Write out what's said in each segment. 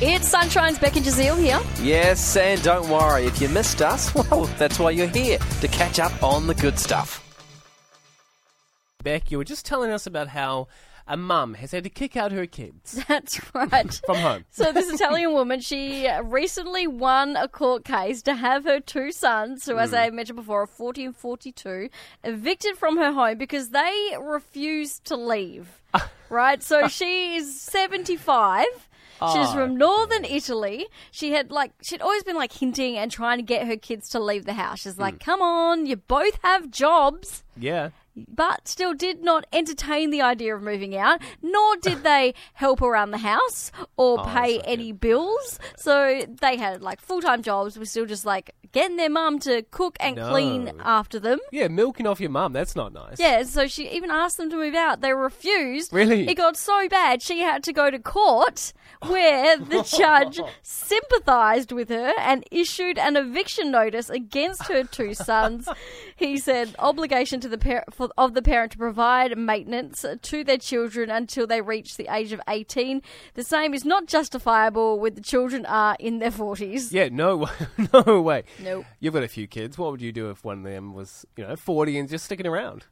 It's Sunshine's Becky Jazeel here. Yes, and don't worry, if you missed us, well, that's why you're here, to catch up on the good stuff. Beck, you were just telling us about how a mum has had to kick out her kids That's right. from home. So this Italian woman, she recently won a court case to have her two sons, who, Hmm. as I mentioned before, are 40 and 42, evicted from her home because they refused to leave. right? So she is 75. Ah. She's from northern Italy. She had like she'd always been like hinting and trying to get her kids to leave the house. She's Hmm. like, "Come on, you both have jobs." Yeah. but still did not entertain the idea of moving out, nor did they help around the house or pay any bills. So they had like full time jobs, were still just like getting their mum to cook and clean No. after them. Yeah, milking off your mum, that's not nice. Yeah, so she even asked them to move out. They refused. Really? It got so bad she had to go to court where the judge sympathized with her and issued an eviction notice against her two sons. he said obligation to the par- for, of the parent to provide maintenance to their children until they reach the age of 18. The same is not justifiable when the children are in their 40s. Yeah, no, no way. Nope. You've got a few kids. What would you do if one of them was, you know, 40 and just sticking around?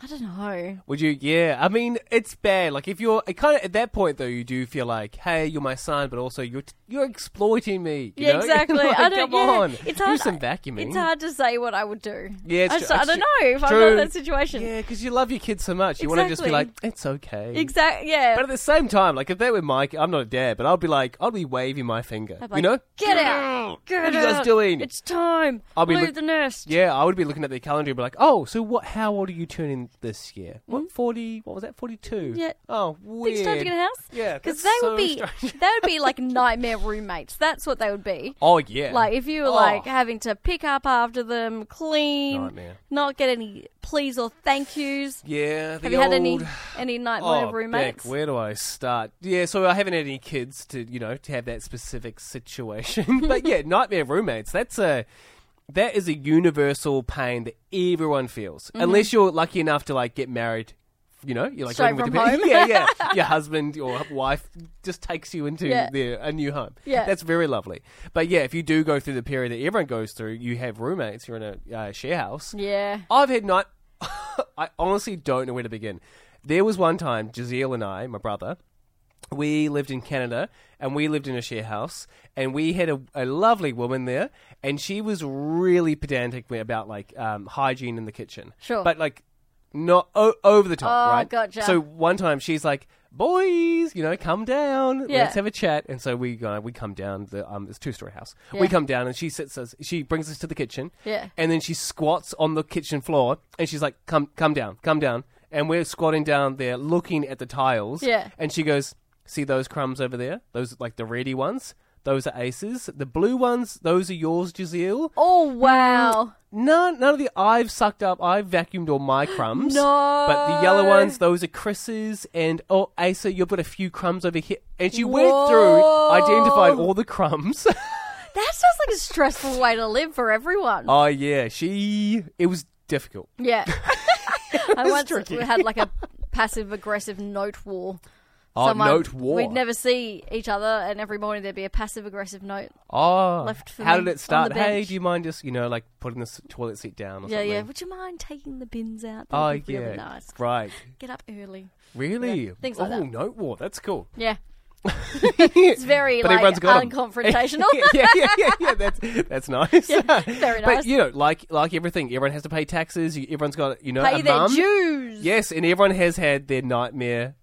I don't know. Would you? Yeah. I mean, it's bad. Like, if you're it kind of at that point, though, you do feel like, hey, you're my son, but also you're you're exploiting me. you yeah, know? exactly. Like, I don't. Come yeah, on. it's hard. Do some vacuuming. It's hard to say what I would do. Yeah, it's I, tru- just- I it's don't tru- know if I'm true. in that situation. Yeah, because you love your kids so much. You want to just be like, Exactly. it's okay. Exactly. Yeah. But at the same time, like if they were Mike, I'm not a dad, but I'd be like, I'd be waving my finger. I'd be like, you know? "Get out! Get What are you guys out! doing?" It's time. I'll be Leave look- the nest. Yeah, I would be looking at their calendar and be like, oh, so what? How old are you turning this year? What forty? What was that? Forty-two. Mm. Yeah. Oh, Think weird. it's time to get a house. Yeah, because that's they so would be strange. they would be like nightmare roommates. That's what they would be. Oh yeah. Like if you were Oh. like having to pick up after them, clean, Nightmare. not get any please or thank yous. yeah. The Have you had any old- any nightmare Oh, roommates? Beck, where do I start? Yeah, so I haven't had any kids to you know to have that specific situation, but yeah, nightmare roommates. That's a that is a universal pain that everyone feels, Mm-hmm. unless you're lucky enough to like get married. You know, you're like Straight living with from your home. parents. yeah, yeah. Your husband or wife just takes you into Yeah. their a new home. Yeah. that's very lovely. But yeah, if you do go through the period that everyone goes through, you have roommates. You're in a uh, share house. yeah. I've had night. I honestly don't know where to begin. There was one time, Jazeel and I, my brother, we lived in Canada and we lived in a share house and we had a, a lovely woman there and she was really pedantic about like um, hygiene in the kitchen. Sure. But like not o- over the top, Oh, right? gotcha. So one time she's like, "Boys, you know, come down. Yeah. Let's have a chat." And so we go, we come down. The um, it's two story house. We come down and she sits us. She brings us to the kitchen. Yeah. And then she squats on the kitchen floor and she's like, "Come, come down, come down." And we're squatting down there, looking at the tiles. Yeah. And she goes, "See those crumbs over there? Those like the reedy ones." Those are aces. The blue ones, those are yours, Giselle. Oh wow. Mm. None, none of the I've sucked up, I've vacuumed all my crumbs. No. But the yellow ones, those are Chris's, and oh, Asa, you've got a few crumbs over here. And she went Whoa. through, identified all the crumbs. That sounds like a stressful way to live for everyone. oh yeah, she. It was difficult. Yeah. I once tricky. we had like a passive aggressive note war. Oh, Someone- note war. We'd never see each other, and every morning there'd be a passive aggressive note. Oh, left for how me did on it start? the Hey, bench. do you mind just you know like putting this toilet seat down or Yeah, something? yeah. Would you mind taking the bins out? Oh That'd be yeah, really nice. right. Get up early. Really? things like oh, that. note war. That's cool. Yeah. it's very But like everyone's got 'em. unconfrontational. yeah, yeah, yeah, yeah. That's that's nice. very nice. But you know, like like everything, everyone has to pay taxes. you- Everyone's got you know Pay a their mum. dues. Yes, and everyone has had their nightmare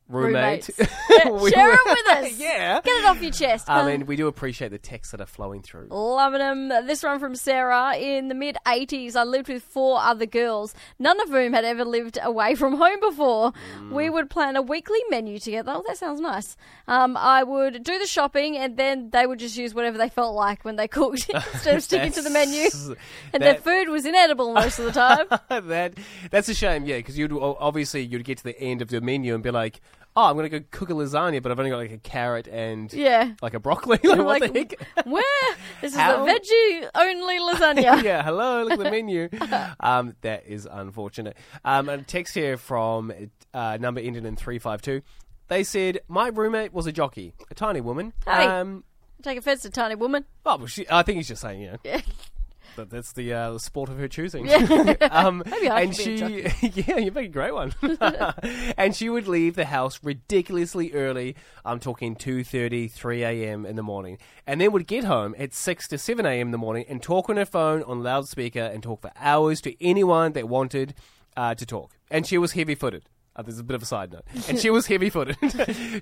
Roommates. roommate. Yeah, We share were- it with us. yeah. Get it off your chest. I mean, we do appreciate the texts that are flowing through. Loving them. This one from Sarah. In the mid 80s, I lived with four other girls, none of whom had ever lived away from home before. Mm. We would plan a weekly menu together. Oh, that sounds nice. Um, I would do the shopping, and then they would just use whatever they felt like when they cooked instead of sticking to the menu. That's- And that- their food was inedible most of the time. that that's a shame, yeah, because you'd o- obviously you'd get to the end of the menu and be like, "Oh, I'm gonna go cook a lasagna, but I've only got like a carrot and yeah. like a broccoli." like, what Like, the heck? Where? This is How? a veggie only lasagna. yeah, hello, look at the menu. Um, that is unfortunate. Um, and a text here from uh, number ended in 352. They said, My roommate was a jockey, a tiny woman. Hi. Um, Take offense to tiny woman. Oh, well, she, I think he's just saying, you know, Yeah. that that's the uh, the sport of her choosing. Yeah. um, Maybe I and should be she, a yeah, you make a great one. and she would leave the house ridiculously early. I'm talking 2.30, 3 a.m. in the morning, and then would get home at 6 to 7 a.m. in the morning and talk on her phone on loudspeaker and talk for hours to anyone that wanted uh, to talk. And she was heavy footed. Uh, there's a bit of a side note, and she was heavy-footed.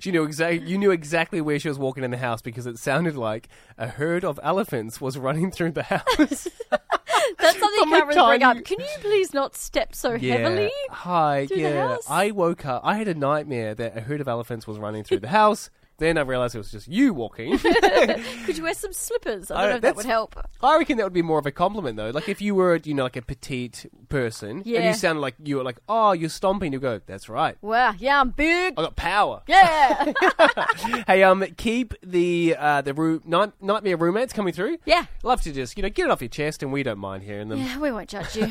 she knew exactly you knew exactly where she was walking in the house because it sounded like a herd of elephants was running through the house. That's something you From a can't really bring up. tiny- Can you please not step so heavily? Hi. through the yeah. house? I woke up. I had a nightmare that a herd of elephants was running through the house. Then I realized it was just you walking. Could you wear some slippers? I I- don't know if that would that's- help. I reckon that would be more of a compliment though. Like if you were, you know, like a petite person, and Yeah. you sounded like you were like, oh, you're stomping. You go, that's right. Wow, yeah, I'm big. I got power. Yeah, Hey, um, keep the uh, the room night- nightmare roommates coming through. yeah. Love to just you know get it off your chest, and we don't mind hearing them. Yeah, we won't judge you.